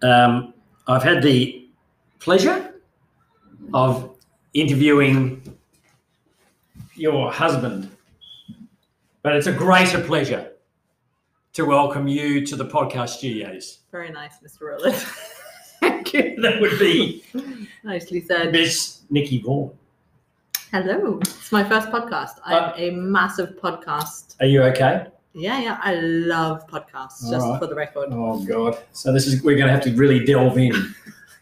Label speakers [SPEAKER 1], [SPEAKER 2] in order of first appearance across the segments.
[SPEAKER 1] Um, I've had the pleasure of interviewing your husband, but it's a greater pleasure to welcome you to the podcast studios.
[SPEAKER 2] Very nice, Mr. Rowland.
[SPEAKER 1] Thank you. That would be
[SPEAKER 2] Nicely said.
[SPEAKER 1] Miss Nikki Vaughan.
[SPEAKER 2] Hello. It's my first podcast. I'm
[SPEAKER 1] Uh,
[SPEAKER 2] a massive podcast.
[SPEAKER 1] Are you okay?
[SPEAKER 2] Yeah, yeah. I love podcasts,
[SPEAKER 1] All
[SPEAKER 2] just
[SPEAKER 1] right.
[SPEAKER 2] for the record.
[SPEAKER 1] Oh God! So this is we're going to have to really delve in.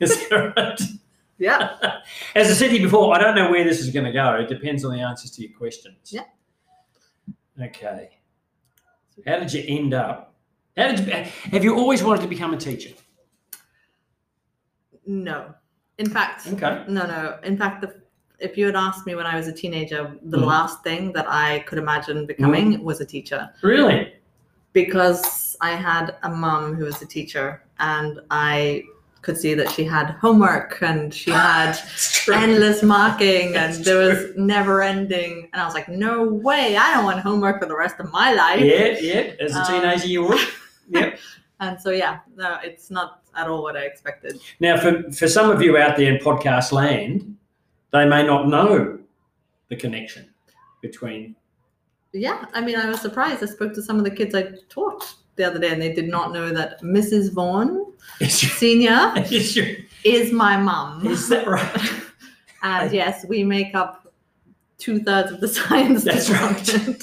[SPEAKER 1] Is that right?
[SPEAKER 2] Yeah.
[SPEAKER 1] As I said to you before, I don't know where this is going to go. It depends on the answers to your questions.
[SPEAKER 2] Yeah.
[SPEAKER 1] Okay. How did you end up? How did you, have you always wanted to become a teacher?
[SPEAKER 2] No. In fact,
[SPEAKER 1] Okay.
[SPEAKER 2] no, no. In fact, the, if you had asked me when I was a teenager, the
[SPEAKER 1] Mhm.
[SPEAKER 2] last thing that I could imagine becoming was a teacher
[SPEAKER 1] Really?
[SPEAKER 2] because I had a mum who was a teacher and I could see that she had homework and she had
[SPEAKER 1] It's true.
[SPEAKER 2] endless marking and
[SPEAKER 1] That's
[SPEAKER 2] there was never ending and i was like no way i don't want homework for the rest of my life
[SPEAKER 1] yeah, yeah. As a
[SPEAKER 2] Um,
[SPEAKER 1] teenager, you would. Yep.
[SPEAKER 2] and so yeah no it's not at all what i expected
[SPEAKER 1] Now, for for some of you out there in podcast land, they may not know the connection between
[SPEAKER 2] yeah i mean i was surprised i spoke to some of the kids i taught the other day and they did not know that mrs vaughan
[SPEAKER 1] is your,
[SPEAKER 2] senior
[SPEAKER 1] is your,
[SPEAKER 2] is my mum
[SPEAKER 1] is that right?
[SPEAKER 2] and yes we make up two-thirds of the science
[SPEAKER 1] That's right.
[SPEAKER 2] department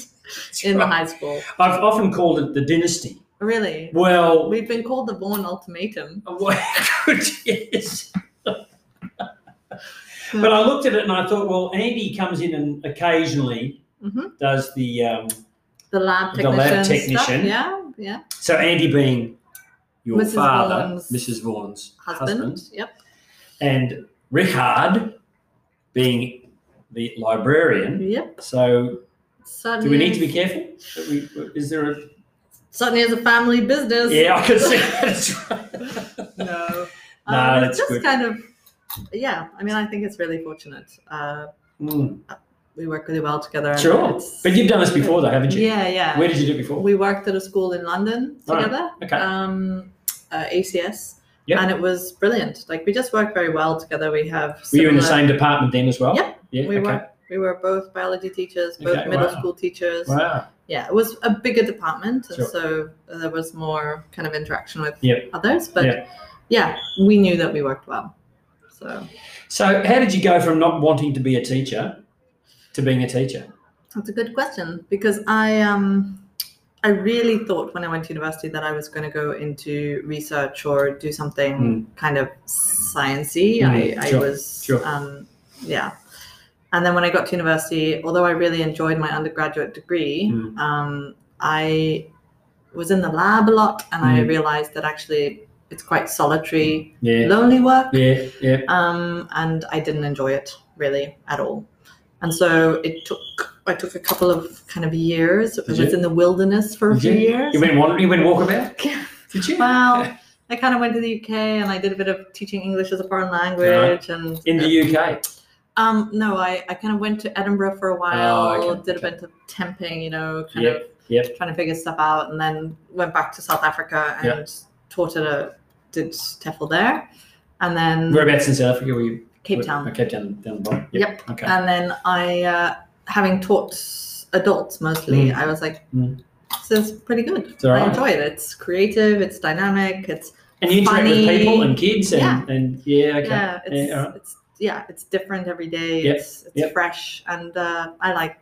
[SPEAKER 2] in the high school
[SPEAKER 1] I've often called it the dynasty.
[SPEAKER 2] really
[SPEAKER 1] Well,
[SPEAKER 2] we've been called the vaughan ultimatum
[SPEAKER 1] What good yes. but I looked at it and I thought, well, Andy comes in and occasionally
[SPEAKER 2] Mhm.
[SPEAKER 1] does the um,
[SPEAKER 2] the lab
[SPEAKER 1] The
[SPEAKER 2] technician,
[SPEAKER 1] lab
[SPEAKER 2] stuff.
[SPEAKER 1] technician.
[SPEAKER 2] yeah yeah
[SPEAKER 1] so Andy being your
[SPEAKER 2] Mrs.
[SPEAKER 1] father,
[SPEAKER 2] Vaughan's
[SPEAKER 1] Mrs. Vaughan's
[SPEAKER 2] husband. Yep.
[SPEAKER 1] and Richard being the librarian.
[SPEAKER 2] Yep.
[SPEAKER 1] So,
[SPEAKER 2] Certainly.
[SPEAKER 1] do we need to be careful? That we- Is there a
[SPEAKER 2] Certainly is a family business.
[SPEAKER 1] yeah? I can see that's right. No,
[SPEAKER 2] No. Um,
[SPEAKER 1] that's
[SPEAKER 2] it's just
[SPEAKER 1] good.
[SPEAKER 2] kind of, yeah. I mean, I think it's really fortunate. Uh,
[SPEAKER 1] Mm,
[SPEAKER 2] we work really well together. and
[SPEAKER 1] sure,
[SPEAKER 2] it's-
[SPEAKER 1] but you've done this before, though, haven't you?
[SPEAKER 2] yeah, yeah.
[SPEAKER 1] Where did you do it before?
[SPEAKER 2] we worked at a school in London
[SPEAKER 1] Right.
[SPEAKER 2] together.
[SPEAKER 1] Okay.
[SPEAKER 2] Um, uh, ACS.
[SPEAKER 1] Yep.
[SPEAKER 2] And it was brilliant. Like we just worked very well together. We have.
[SPEAKER 1] Were you in the
[SPEAKER 2] similar-
[SPEAKER 1] same department then as well?
[SPEAKER 2] Yep.
[SPEAKER 1] Yeah.
[SPEAKER 2] We
[SPEAKER 1] okay.
[SPEAKER 2] were. We were both biology teachers, both
[SPEAKER 1] Okay,
[SPEAKER 2] middle
[SPEAKER 1] wow.
[SPEAKER 2] school teachers.
[SPEAKER 1] Wow.
[SPEAKER 2] yeah, it was a bigger department, and
[SPEAKER 1] Sure.
[SPEAKER 2] so there was more kind of interaction with
[SPEAKER 1] Yep.
[SPEAKER 2] others. But
[SPEAKER 1] Yep.
[SPEAKER 2] yeah, we knew that we worked well. So
[SPEAKER 1] So, how did you go from not wanting to be a teacher to being a teacher?
[SPEAKER 2] that's a good question because I um I really thought when I went to university that I was going to go into research or do something kind of sciencey.
[SPEAKER 1] Mm,
[SPEAKER 2] I,
[SPEAKER 1] Hmm. sure,
[SPEAKER 2] I was
[SPEAKER 1] sure.
[SPEAKER 2] um yeah. And then when I got to university, although I really enjoyed my undergraduate degree,
[SPEAKER 1] Mm.
[SPEAKER 2] um, I was in the lab a lot and I
[SPEAKER 1] Mm.
[SPEAKER 2] realized that actually it's quite solitary,
[SPEAKER 1] Yeah.
[SPEAKER 2] lonely work.
[SPEAKER 1] Yeah. Yeah.
[SPEAKER 2] Um, and I didn't enjoy it really at all. And so it took, I took a couple of kind of years. I
[SPEAKER 1] Did
[SPEAKER 2] was
[SPEAKER 1] you?
[SPEAKER 2] in the wilderness for a
[SPEAKER 1] Did
[SPEAKER 2] few years.
[SPEAKER 1] You went wandering, you went walkabout?
[SPEAKER 2] Yeah.
[SPEAKER 1] Did you?
[SPEAKER 2] Well, I kind of went to the UK and I did a bit of teaching English as a foreign language. And
[SPEAKER 1] In the UK.
[SPEAKER 2] um, no, I, I kind of went to Edinburgh for a while,
[SPEAKER 1] Oh, okay,
[SPEAKER 2] did
[SPEAKER 1] okay.
[SPEAKER 2] a bit of temping, you know, kind
[SPEAKER 1] Yep,
[SPEAKER 2] of
[SPEAKER 1] yep.
[SPEAKER 2] trying to figure stuff out, and then went back to South Africa and taught at a did TEFL there, and then
[SPEAKER 1] Whereabouts in South Africa were you?
[SPEAKER 2] Cape
[SPEAKER 1] were-
[SPEAKER 2] Town,
[SPEAKER 1] oh, Cape Town, down the bottom. Okay.
[SPEAKER 2] and then I, uh, having taught adults mostly,
[SPEAKER 1] Mm.
[SPEAKER 2] I was like,
[SPEAKER 1] Mm.
[SPEAKER 2] this is pretty good.
[SPEAKER 1] It's all
[SPEAKER 2] I
[SPEAKER 1] right.
[SPEAKER 2] enjoy it. It's creative. It's dynamic. It's
[SPEAKER 1] And you interact with
[SPEAKER 2] funny.
[SPEAKER 1] people and kids and,
[SPEAKER 2] Yeah.
[SPEAKER 1] and yeah, okay.
[SPEAKER 2] yeah, it's,
[SPEAKER 1] all right.
[SPEAKER 2] it's yeah, it's different every day.
[SPEAKER 1] Yep,
[SPEAKER 2] It's it's
[SPEAKER 1] yep.
[SPEAKER 2] fresh, and uh, I like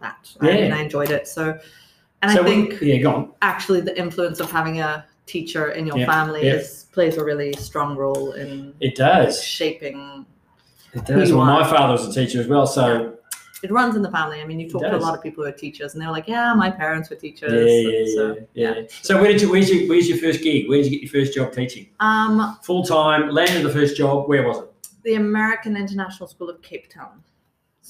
[SPEAKER 2] that.
[SPEAKER 1] Yeah.
[SPEAKER 2] I mean, I enjoyed it. So, and
[SPEAKER 1] so
[SPEAKER 2] I
[SPEAKER 1] we-
[SPEAKER 2] think
[SPEAKER 1] yeah, go on.
[SPEAKER 2] actually the influence of having a teacher in your
[SPEAKER 1] Yeah,
[SPEAKER 2] family
[SPEAKER 1] yeah.
[SPEAKER 2] is plays a really strong role in
[SPEAKER 1] It does.
[SPEAKER 2] shaping.
[SPEAKER 1] It does.
[SPEAKER 2] you
[SPEAKER 1] Well, my
[SPEAKER 2] are.
[SPEAKER 1] father was a teacher as well, so
[SPEAKER 2] It runs in the family. I mean, you
[SPEAKER 1] It
[SPEAKER 2] talk to a
[SPEAKER 1] does.
[SPEAKER 2] lot of people who are teachers, and they're like, "Yeah, my parents were
[SPEAKER 1] yeah,
[SPEAKER 2] teachers."
[SPEAKER 1] yeah,
[SPEAKER 2] and
[SPEAKER 1] yeah,
[SPEAKER 2] so,
[SPEAKER 1] yeah, yeah. So where did you where's your where's your first gig? Where did you get your first job teaching?
[SPEAKER 2] Um,
[SPEAKER 1] Full time, landed the first job, where was it?
[SPEAKER 2] the American International School of Cape Town.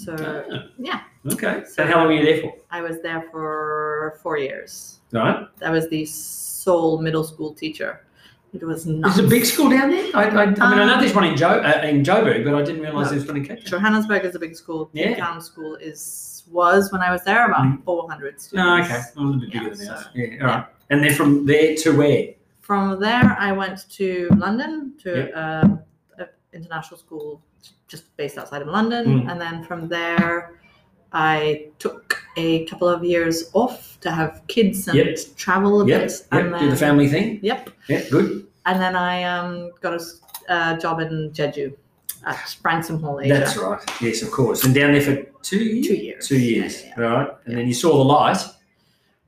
[SPEAKER 2] So
[SPEAKER 1] Ah,
[SPEAKER 2] yeah,
[SPEAKER 1] Okay. So how long were you there for?
[SPEAKER 2] I was there for four years.
[SPEAKER 1] Right.
[SPEAKER 2] I was the sole middle school teacher. It was
[SPEAKER 1] There's
[SPEAKER 2] nuts.
[SPEAKER 1] a big school down there. I, I, I mean, I
[SPEAKER 2] Um,
[SPEAKER 1] know there's one in Jo uh, in Joburg, but I didn't realise
[SPEAKER 2] No.
[SPEAKER 1] there's one in Cape Town.
[SPEAKER 2] Johannesburg is a big school. Cape
[SPEAKER 1] Yeah.
[SPEAKER 2] Town School is was when I was there about 400 students.
[SPEAKER 1] No, Oh, okay. A little bit bigger
[SPEAKER 2] Yeah,
[SPEAKER 1] than
[SPEAKER 2] so-
[SPEAKER 1] ours. Yeah. All right. And then from there to where?
[SPEAKER 2] From there, I went to London to um an international school just based outside of London.
[SPEAKER 1] Mm.
[SPEAKER 2] And then from there, I took a couple of years off to have kids and
[SPEAKER 1] Yep.
[SPEAKER 2] travel a
[SPEAKER 1] Yep,
[SPEAKER 2] bit.
[SPEAKER 1] yep,
[SPEAKER 2] And
[SPEAKER 1] do the
[SPEAKER 2] then,
[SPEAKER 1] family thing.
[SPEAKER 2] um, yep.
[SPEAKER 1] Yeah, good.
[SPEAKER 2] And then I um, got a s- uh, job in Jeju at Branson Hall Asia.
[SPEAKER 1] That's right. Yes, of course. And down there for two years.
[SPEAKER 2] Two years.
[SPEAKER 1] Two years.
[SPEAKER 2] Yeah, yeah,
[SPEAKER 1] All right. And then you saw the light.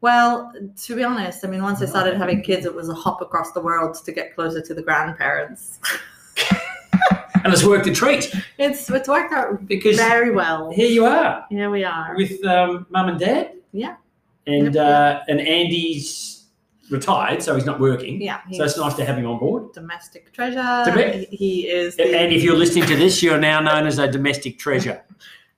[SPEAKER 2] Well, to be honest, I mean, once I
[SPEAKER 1] Uh-huh.
[SPEAKER 2] started having kids, it was a hop across the world to get closer to the grandparents.
[SPEAKER 1] And it's worked a treat
[SPEAKER 2] It's it's worked out
[SPEAKER 1] because
[SPEAKER 2] very well.
[SPEAKER 1] here you are
[SPEAKER 2] Here we are.
[SPEAKER 1] with um, mum and dad.
[SPEAKER 2] Yeah.
[SPEAKER 1] And
[SPEAKER 2] Yep.
[SPEAKER 1] uh, and Andy's retired, so he's not working.
[SPEAKER 2] Yeah, he's
[SPEAKER 1] So it's nice to have him on board.
[SPEAKER 2] a domestic treasure.
[SPEAKER 1] Domi-
[SPEAKER 2] he is, the-
[SPEAKER 1] And if you're listening to this, you're now known as a domestic treasure.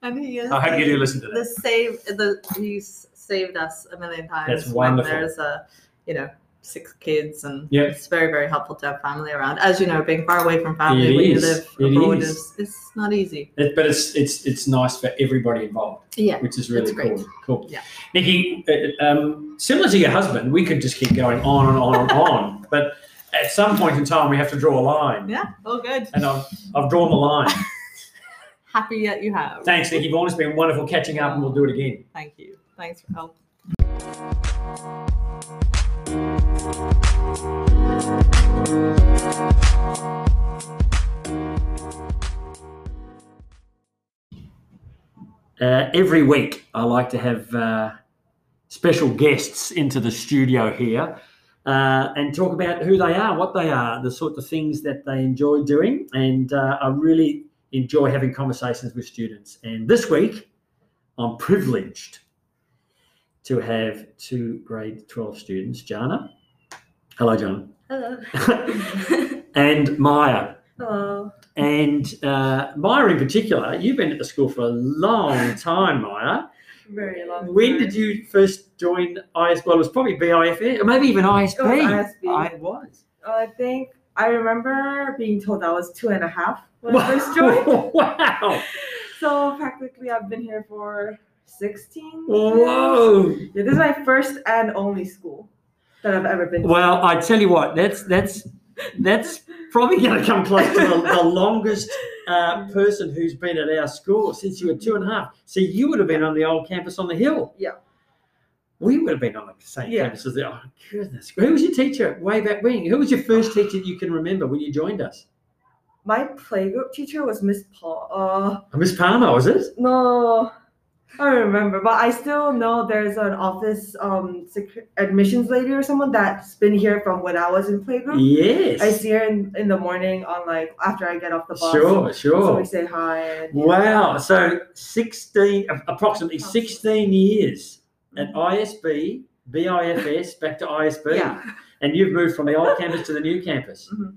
[SPEAKER 2] and he is.
[SPEAKER 1] I hope you
[SPEAKER 2] the-
[SPEAKER 1] do listen to that.
[SPEAKER 2] The save the he's saved us a million times.
[SPEAKER 1] That's
[SPEAKER 2] when
[SPEAKER 1] wonderful.
[SPEAKER 2] There's a, you know, six kids, and
[SPEAKER 1] Yep.
[SPEAKER 2] it's very very helpful to have family around. As you know, being far away from family
[SPEAKER 1] It
[SPEAKER 2] when you
[SPEAKER 1] is.
[SPEAKER 2] live
[SPEAKER 1] It
[SPEAKER 2] abroad
[SPEAKER 1] is.
[SPEAKER 2] is it's not easy.
[SPEAKER 1] It, but it's it's it's nice for everybody involved,
[SPEAKER 2] Yeah.
[SPEAKER 1] which is really
[SPEAKER 2] It's great.
[SPEAKER 1] cool. Cool.
[SPEAKER 2] Yeah.
[SPEAKER 1] Nikki, uh, um, similar to your husband, we could just keep going on and on and on. But at some point in time, we have to draw a line,
[SPEAKER 2] Yeah. All good.
[SPEAKER 1] and I've I've drawn the line.
[SPEAKER 2] Happy that you have.
[SPEAKER 1] Thanks, Nikki Vaughan. It's been wonderful catching up, and we'll do it again.
[SPEAKER 2] Thank you. Thanks for help.
[SPEAKER 1] Uh, every week, I like to have uh, special guests into the studio here uh, and talk about who they are, what they are, the sort of things that they enjoy doing. And uh, I really enjoy having conversations with students. And this week, I'm privileged to have two grade 12 students, Jana. Hello, Jana.
[SPEAKER 2] Hello.
[SPEAKER 1] and Maya.
[SPEAKER 3] Oh,
[SPEAKER 2] Hello.
[SPEAKER 1] And uh, Maya, in particular, you've been at the school for a long time, Maya.
[SPEAKER 2] Very long.
[SPEAKER 1] When did you first join IS? Well, it was probably BIFA, or maybe even ISB.
[SPEAKER 3] It was ISB.
[SPEAKER 1] I was.
[SPEAKER 3] Oh, I think I remember being told I was two and a half when I first joined.
[SPEAKER 1] wow.
[SPEAKER 3] So practically, I've been here for 16. years.
[SPEAKER 1] Whoa.
[SPEAKER 3] Yeah, this is my first and only school that I've ever been to.
[SPEAKER 1] Well, I tell you what, that's that's that's probably going to come close to the, the longest uh, person who's been at our school since you were two and a half. So you would have been on the old campus on the hill.
[SPEAKER 3] Yeah.
[SPEAKER 1] We would have been on the same
[SPEAKER 3] Yeah.
[SPEAKER 1] campus as the. Oh goodness! Who was your teacher way back when? Who was your first teacher that you can remember when you joined us?
[SPEAKER 3] My playgroup teacher was Miss Paul. Uh,
[SPEAKER 1] Miss Palmer, was it?
[SPEAKER 3] no, I don't remember, but I still know there's an office um sec- admissions lady or someone that's been here from when I was in playgroup.
[SPEAKER 1] Yes.
[SPEAKER 3] I see her in, in the morning on like after I get off the bus.
[SPEAKER 1] Sure,
[SPEAKER 3] So we
[SPEAKER 1] sure.
[SPEAKER 3] say hi. And,
[SPEAKER 1] Wow. So 16, approximately 16 years at ISB, BIFS, back to ISB.
[SPEAKER 3] Yeah.
[SPEAKER 1] And you've moved from the old campus to the new campus.
[SPEAKER 3] Mhm.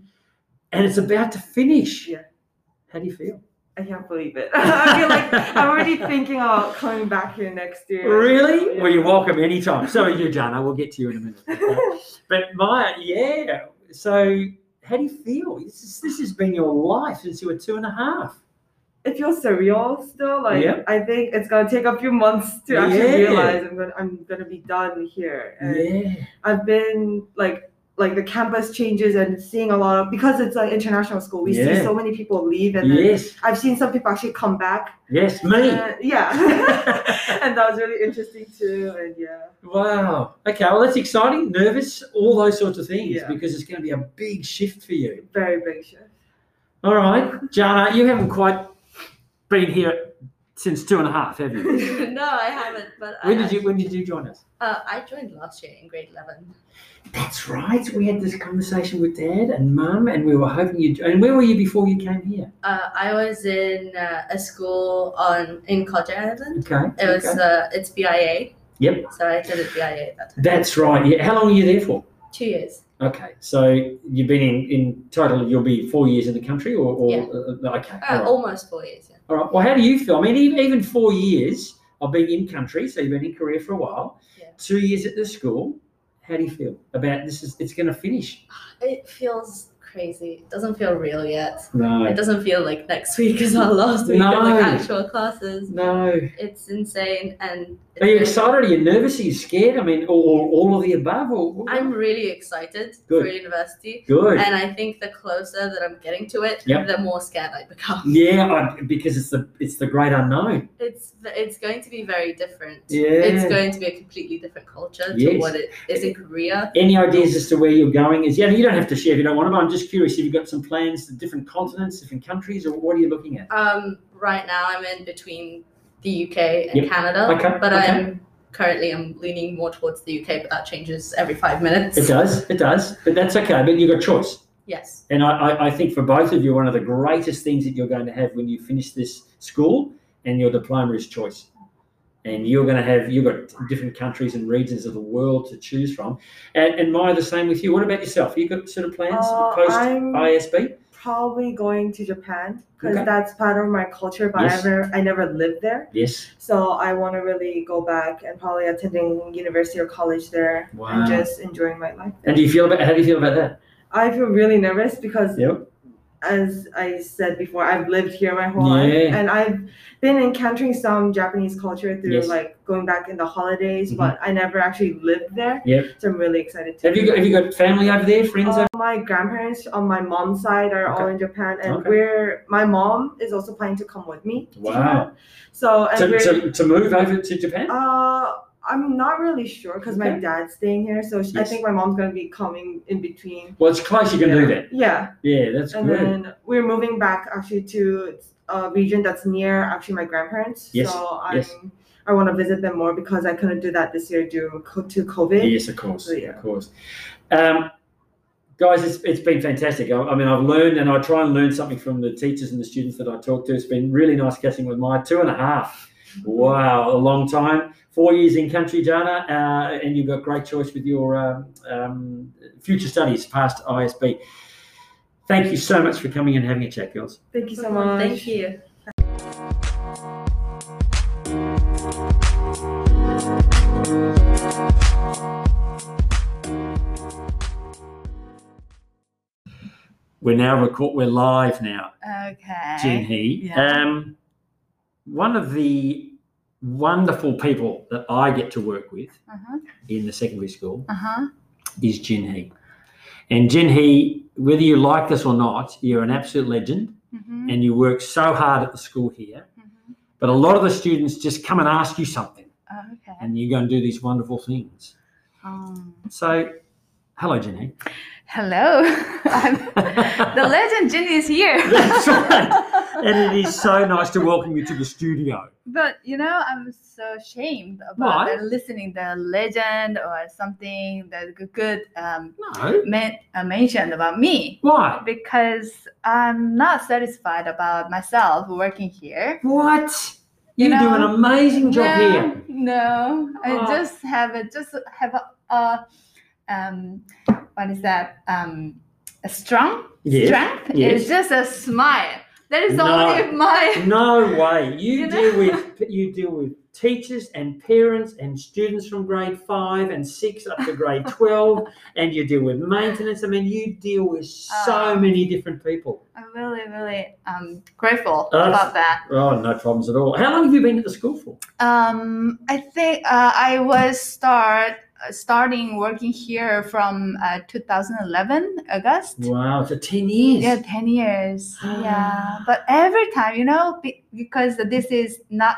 [SPEAKER 1] And it's about to finish.
[SPEAKER 3] Yeah.
[SPEAKER 1] How do you feel?
[SPEAKER 3] I can't believe it. I feel like I'm already thinking about coming back here next year.
[SPEAKER 1] Really?
[SPEAKER 3] Yeah.
[SPEAKER 1] Well, you're welcome anytime. So are you, Jana. We'll get to you in a minute. okay? but Maya, yeah. So how do you feel? This, is, this has been your life since you were two and a half.
[SPEAKER 3] it feels surreal still. Like
[SPEAKER 1] Yeah.
[SPEAKER 3] I think it's gonna take a few months to actually
[SPEAKER 1] Yeah.
[SPEAKER 3] realize I'm gonna I'm gonna be done here. And
[SPEAKER 1] Yeah.
[SPEAKER 3] I've been like like the campus changes and seeing a lot of because it's an international school. We
[SPEAKER 1] Yeah.
[SPEAKER 3] see so many people leave and then
[SPEAKER 1] Yes.
[SPEAKER 3] I've seen some people actually come back.
[SPEAKER 1] Yes. Me.
[SPEAKER 3] Uh, yeah. and that was really interesting too. And yeah.
[SPEAKER 1] Wow. Okay. Well, that's exciting. Nervous, all those sorts of things,
[SPEAKER 3] Yeah.
[SPEAKER 1] because it's going to be a big shift for you.
[SPEAKER 3] Very big shift.
[SPEAKER 1] All right, Jana, you haven't quite been here since two and a half, have you?
[SPEAKER 2] no, I haven't. But
[SPEAKER 1] When
[SPEAKER 2] I,
[SPEAKER 1] did you When did you join us?
[SPEAKER 2] Uh, I joined last year in grade eleven.
[SPEAKER 1] That's right. We had this conversation with Dad and Mum, and we were hoping you. And where were you before you came here?
[SPEAKER 4] Uh, I was in uh, a school on in Culture Island.
[SPEAKER 1] Okay.
[SPEAKER 4] It was
[SPEAKER 1] okay.
[SPEAKER 4] uh, it's BIA.
[SPEAKER 1] Yep.
[SPEAKER 4] So I did it BIA at that time.
[SPEAKER 1] That's right. Yeah. How long were you there for?
[SPEAKER 4] Two years.
[SPEAKER 1] Okay. So you've been in in total. You'll be four years in the country, or, or
[SPEAKER 4] Yeah.
[SPEAKER 1] uh, uh, okay. all
[SPEAKER 4] Uh,
[SPEAKER 1] right.
[SPEAKER 4] Almost four years. Yeah.
[SPEAKER 1] All right. Well, how do you feel? I mean, even, even four years of being in country, so you've been in Korea for a while,
[SPEAKER 4] Yeah.
[SPEAKER 1] two years at the school. How do you feel about this? Is it's going to finish?
[SPEAKER 4] It feels crazy. It doesn't feel real yet. It
[SPEAKER 1] No.
[SPEAKER 4] doesn't feel like next week is our last week of
[SPEAKER 1] No.
[SPEAKER 4] like actual classes.
[SPEAKER 1] No.
[SPEAKER 4] It's insane and
[SPEAKER 1] Are you
[SPEAKER 4] it's-
[SPEAKER 1] excited? Are you nervous? Are you scared? I mean, or, or all of the above? Or
[SPEAKER 4] I'm really excited
[SPEAKER 1] Good.
[SPEAKER 4] for university.
[SPEAKER 1] good.
[SPEAKER 4] And I think the closer that I'm getting to it,
[SPEAKER 1] Yep.
[SPEAKER 4] the more scared I become.
[SPEAKER 1] yeah, I, because it's the it's the great unknown.
[SPEAKER 4] It's it's going to be very different.
[SPEAKER 1] Yeah.
[SPEAKER 4] It's going to be a completely different culture to
[SPEAKER 1] Yes.
[SPEAKER 4] what it is in Korea.
[SPEAKER 1] Any ideas as to where you're going? Is yeah, you don't have to share if you don't want to. But I'm just curious if you've got some plans to different continents, different countries, or what are you looking at?
[SPEAKER 4] Um, right now I'm in between the UK and
[SPEAKER 1] Yep.
[SPEAKER 4] Canada,
[SPEAKER 1] Okay,
[SPEAKER 4] but
[SPEAKER 1] okay.
[SPEAKER 4] I'm currently I'm leaning more towards the UK, but that changes every five minutes.
[SPEAKER 1] It does, it does, but that's okay. But you've got choice.
[SPEAKER 4] Yes.
[SPEAKER 1] And I, I, I think for both of you, one of the greatest things that you're going to have when you finish this school and your diploma is choice. And you're going to have, you've got different countries and regions of the world to choose from. And, and Maya, the same with you. What about yourself? You got sort of plans
[SPEAKER 3] Uh,
[SPEAKER 1] post
[SPEAKER 3] I'm-
[SPEAKER 1] ISB?
[SPEAKER 3] Probably going to Japan because
[SPEAKER 1] Okay.
[SPEAKER 3] that's part of my culture, but
[SPEAKER 1] Yes.
[SPEAKER 3] I never I never lived there.
[SPEAKER 1] Yes.
[SPEAKER 3] So I want to really go back and probably attending university or college there
[SPEAKER 1] Wow.
[SPEAKER 3] and just enjoying my life.
[SPEAKER 1] And do you feel about, how do you feel about that?
[SPEAKER 3] I feel really nervous because
[SPEAKER 1] Yep.
[SPEAKER 3] as I said before, I've lived here my whole life
[SPEAKER 1] Yeah.
[SPEAKER 3] and I've been encountering some Japanese culture through
[SPEAKER 1] Yes. Mm-hmm.
[SPEAKER 3] like going back in the holidays, but I never actually lived there.
[SPEAKER 1] Yep.
[SPEAKER 3] So I'm really excited to
[SPEAKER 1] Have you got, have you got family over there, friends?
[SPEAKER 3] Uh,
[SPEAKER 1] over
[SPEAKER 3] my grandparents on my mom's side are all
[SPEAKER 1] Okay.
[SPEAKER 3] in Japan, and
[SPEAKER 1] Okay.
[SPEAKER 3] we're my mom is also planning to come with me. to
[SPEAKER 1] Wow.
[SPEAKER 3] Japan. So and
[SPEAKER 1] to,
[SPEAKER 3] we're
[SPEAKER 1] to, to move over to Japan?
[SPEAKER 3] uh, I'm not really sure because my
[SPEAKER 1] Okay.
[SPEAKER 3] dad's staying here, so she, I
[SPEAKER 1] Yes.
[SPEAKER 3] think my mom's gonna be coming in between.
[SPEAKER 1] Well, it's close. You can do that.
[SPEAKER 3] Yeah,
[SPEAKER 1] Yeah, that's
[SPEAKER 3] and
[SPEAKER 1] good.
[SPEAKER 3] then we're moving back actually to a region that's near actually my grandparents.
[SPEAKER 1] Yes,
[SPEAKER 3] So I'm,
[SPEAKER 1] yes.
[SPEAKER 3] I want to visit them more because I couldn't do that this year due co- to COVID.
[SPEAKER 1] Yes, of course,
[SPEAKER 3] So, yeah.
[SPEAKER 1] of course. Um, guys, it's, it's been fantastic. I, I mean, I've learned and I try and learn something from the teachers and the students that I talk to. It's been really nice catching with my two and a half. Wow, a long time. Four years in country, Jana, uh, and you've got great choice with your um, um, future studies past ISB. Thank you so much for coming and having a chat, girls.
[SPEAKER 3] Thank you so much.
[SPEAKER 4] Thank you.
[SPEAKER 1] We're now record. We're live now.
[SPEAKER 4] Okay.
[SPEAKER 5] Eh,
[SPEAKER 1] Jen He.
[SPEAKER 4] Yeah.
[SPEAKER 1] Um, one of the wonderful people that I get to work with
[SPEAKER 4] Uh-huh.
[SPEAKER 1] in the secondary school
[SPEAKER 4] Uh-huh.
[SPEAKER 1] is Jen He. And Jen He, whether you like this or not, you're an absolute legend
[SPEAKER 4] Mm-hmm.
[SPEAKER 1] and you work so hard at the school here. But a lot of the students just come and ask you something
[SPEAKER 4] Okay.
[SPEAKER 1] and you go and do these wonderful things.
[SPEAKER 4] Um,
[SPEAKER 1] So, hello, Jen He.
[SPEAKER 4] hello. the legend Ginny is here.
[SPEAKER 1] That's right. And it is so nice to welcome you to the studio.
[SPEAKER 5] But you know, I'm so ashamed about
[SPEAKER 1] Why?
[SPEAKER 5] the listening the legend or something that g- good um,
[SPEAKER 1] No.
[SPEAKER 5] men- uh, mentioned about me
[SPEAKER 1] Why?
[SPEAKER 5] because I'm not satisfied about myself working here.
[SPEAKER 1] What? You,
[SPEAKER 5] You
[SPEAKER 1] do an
[SPEAKER 5] know,
[SPEAKER 1] amazing job
[SPEAKER 5] no,
[SPEAKER 1] here.
[SPEAKER 5] no,
[SPEAKER 1] Oh.
[SPEAKER 5] I just have a, just have a, uh, um, what is that? Um, a strong
[SPEAKER 1] Yes.
[SPEAKER 5] strength
[SPEAKER 1] yes.
[SPEAKER 5] It's just a smile. That is
[SPEAKER 1] No.
[SPEAKER 5] only my
[SPEAKER 1] No way. You,
[SPEAKER 5] You
[SPEAKER 1] deal
[SPEAKER 5] know?
[SPEAKER 1] with you deal with teachers and parents and students from grade five and six up to grade twelve, and you deal with maintenance. I mean, you deal with so
[SPEAKER 5] Oh.
[SPEAKER 1] many different people.
[SPEAKER 5] I'm really really um grateful
[SPEAKER 1] Oh.
[SPEAKER 5] about that.
[SPEAKER 1] Oh, no problems at all. How long have you been at the school for?
[SPEAKER 5] Um, I think uh, I was start uh, starting working here from uh, 2011 August.
[SPEAKER 1] Wow, so ten years.
[SPEAKER 5] Yeah, 10 years. yeah, but every time, you know, be- because this is not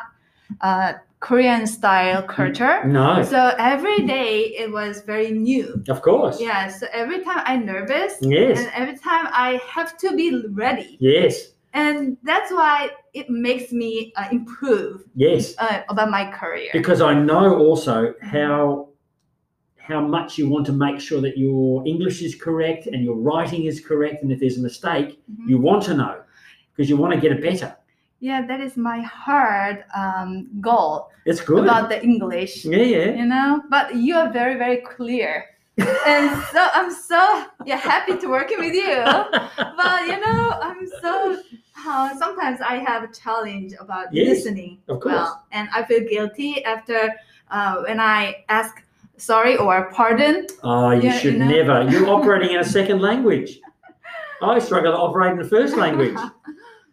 [SPEAKER 5] uh, Korean style culture.
[SPEAKER 1] No,
[SPEAKER 5] So every day it was very new.
[SPEAKER 1] of course.
[SPEAKER 5] Yeah, so every time I'm nervous
[SPEAKER 1] Yes.
[SPEAKER 5] and every time I have to be ready.
[SPEAKER 1] Yes.
[SPEAKER 5] And that's why it makes me uh, improve
[SPEAKER 1] Yes.
[SPEAKER 5] uh, about my career.
[SPEAKER 1] Because I know also how how much you want to make sure that your English is correct and your writing is correct, and if there's a mistake.
[SPEAKER 5] Mhm.
[SPEAKER 1] You want to know because you want to get it better.
[SPEAKER 5] Yeah, that is my hard um, goal
[SPEAKER 1] It's good.
[SPEAKER 5] about the English.
[SPEAKER 1] yeah, yeah.
[SPEAKER 5] You know, but you are very, very clear, and so I'm so yeah happy to working with you. But you know, I'm so uh, sometimes I have a challenge about
[SPEAKER 1] Yes,
[SPEAKER 5] listening
[SPEAKER 1] of course.
[SPEAKER 5] well, and I feel guilty after uh, when I ask sorry or pardon.
[SPEAKER 1] oh, you
[SPEAKER 5] Yeah,
[SPEAKER 1] should
[SPEAKER 5] you know.
[SPEAKER 1] never. You're operating in a second language. I struggle to operate in the first language.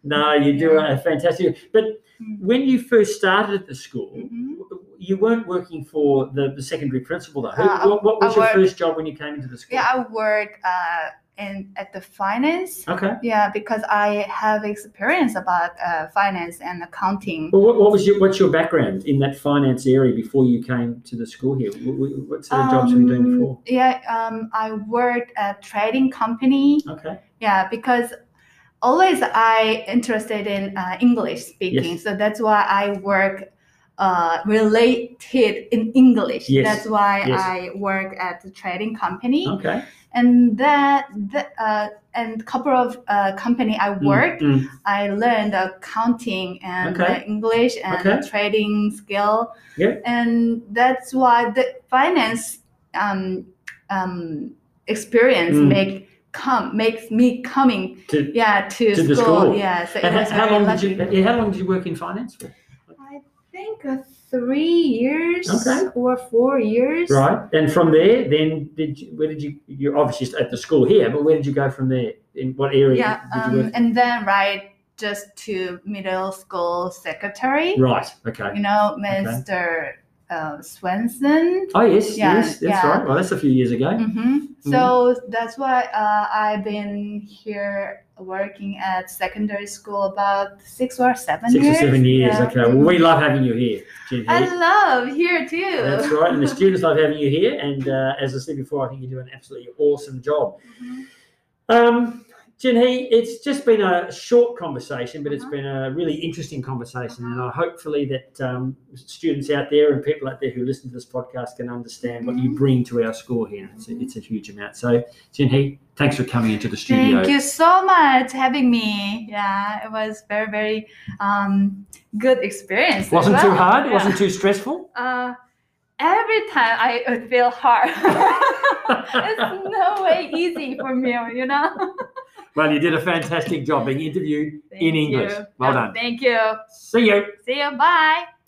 [SPEAKER 1] no, you do a fantastic. But
[SPEAKER 5] Mm.
[SPEAKER 1] when you first started at the school,
[SPEAKER 5] Mhm.
[SPEAKER 1] you weren't working for the, the secondary principal, though. Who,
[SPEAKER 5] Uh, I-
[SPEAKER 1] what, what was
[SPEAKER 5] I
[SPEAKER 1] your
[SPEAKER 5] work-
[SPEAKER 1] first job when you came into the school?
[SPEAKER 5] Yeah, I work uh, in at the finance.
[SPEAKER 1] Okay.
[SPEAKER 5] Yeah, because I have experience about uh, finance and accounting.
[SPEAKER 1] Well, what, what was your what's your background in that finance area before you came to the school here? What, what- what sort of jobs were you doing
[SPEAKER 5] Um,
[SPEAKER 1] before?
[SPEAKER 5] Yeah, um, I worked at trading company.
[SPEAKER 1] Okay.
[SPEAKER 5] Yeah, because always I interested in uh, English speaking, so that's why I work uh, related in English.
[SPEAKER 1] Yes,
[SPEAKER 5] That's why
[SPEAKER 1] yes.
[SPEAKER 5] I work at the trading company,
[SPEAKER 1] Okay.
[SPEAKER 5] and that the, uh, and couple of uh, company I
[SPEAKER 1] Mm,
[SPEAKER 5] worked,
[SPEAKER 1] mm.
[SPEAKER 5] I learned accounting and
[SPEAKER 1] Okay.
[SPEAKER 5] uh, English and
[SPEAKER 1] Okay.
[SPEAKER 5] trading skill,
[SPEAKER 1] Yeah.
[SPEAKER 5] and that's why the finance um, um, experience
[SPEAKER 1] Mm.
[SPEAKER 5] make come makes me coming
[SPEAKER 1] To,
[SPEAKER 5] yeah, to,
[SPEAKER 1] To
[SPEAKER 5] school.
[SPEAKER 1] the school.
[SPEAKER 5] Yeah, so it
[SPEAKER 1] and
[SPEAKER 5] was
[SPEAKER 1] how,
[SPEAKER 5] very
[SPEAKER 1] long
[SPEAKER 5] lucky.
[SPEAKER 1] did you, how long did you work in finance for?
[SPEAKER 5] I think uh, three years
[SPEAKER 1] Okay.
[SPEAKER 5] or four years.
[SPEAKER 1] Right. And from there, then did you, where did you? You're obviously at the school here, but where did you go from there? In what area
[SPEAKER 5] Yeah,
[SPEAKER 1] did you
[SPEAKER 5] um, and then right just to middle school secretary.
[SPEAKER 1] work? Right. Okay.
[SPEAKER 5] You know,
[SPEAKER 1] Okay.
[SPEAKER 5] Mr. Uh, Swenson.
[SPEAKER 1] Oh yes,
[SPEAKER 5] Yeah,
[SPEAKER 1] yes, that's
[SPEAKER 5] yeah.
[SPEAKER 1] right. Well, that's a few years ago.
[SPEAKER 5] hmm
[SPEAKER 1] Mm-hmm.
[SPEAKER 5] So that's why uh, I've been here working at secondary school about six or seven
[SPEAKER 1] Six
[SPEAKER 5] years.
[SPEAKER 1] or seven years.
[SPEAKER 5] Yeah.
[SPEAKER 1] Okay. Well, we love having you here, Jin
[SPEAKER 5] I
[SPEAKER 1] Hee.
[SPEAKER 5] love here too.
[SPEAKER 1] That's right, and the students love having you here. And uh, as I said before, I think you do an absolutely awesome job.
[SPEAKER 5] Mhm.
[SPEAKER 1] Um, Jinhee, it's just been a short conversation, but it's
[SPEAKER 5] Uh-huh.
[SPEAKER 1] been a really interesting conversation. And I hopefully that um, students out there and people out there who listen to this podcast can understand what
[SPEAKER 5] Mm-hmm.
[SPEAKER 1] you bring to our school here. It's, a, it's a huge amount. So, Jinhee, thanks for coming into the studio.
[SPEAKER 5] Thank you so much having me. Yeah, it was very very um, good experience. as
[SPEAKER 1] Wasn't too
[SPEAKER 5] well.
[SPEAKER 1] hard,
[SPEAKER 5] Yeah.
[SPEAKER 1] wasn't too stressful.
[SPEAKER 5] Uh, every time I uh, feel hard. it's no way easy for me, you know.
[SPEAKER 1] Well, you did a fantastic job being interviewed
[SPEAKER 5] Thank
[SPEAKER 1] in English.
[SPEAKER 5] you.
[SPEAKER 1] Well
[SPEAKER 5] Yeah,
[SPEAKER 1] done.
[SPEAKER 5] Thank you.
[SPEAKER 1] See you.
[SPEAKER 5] See you. Bye.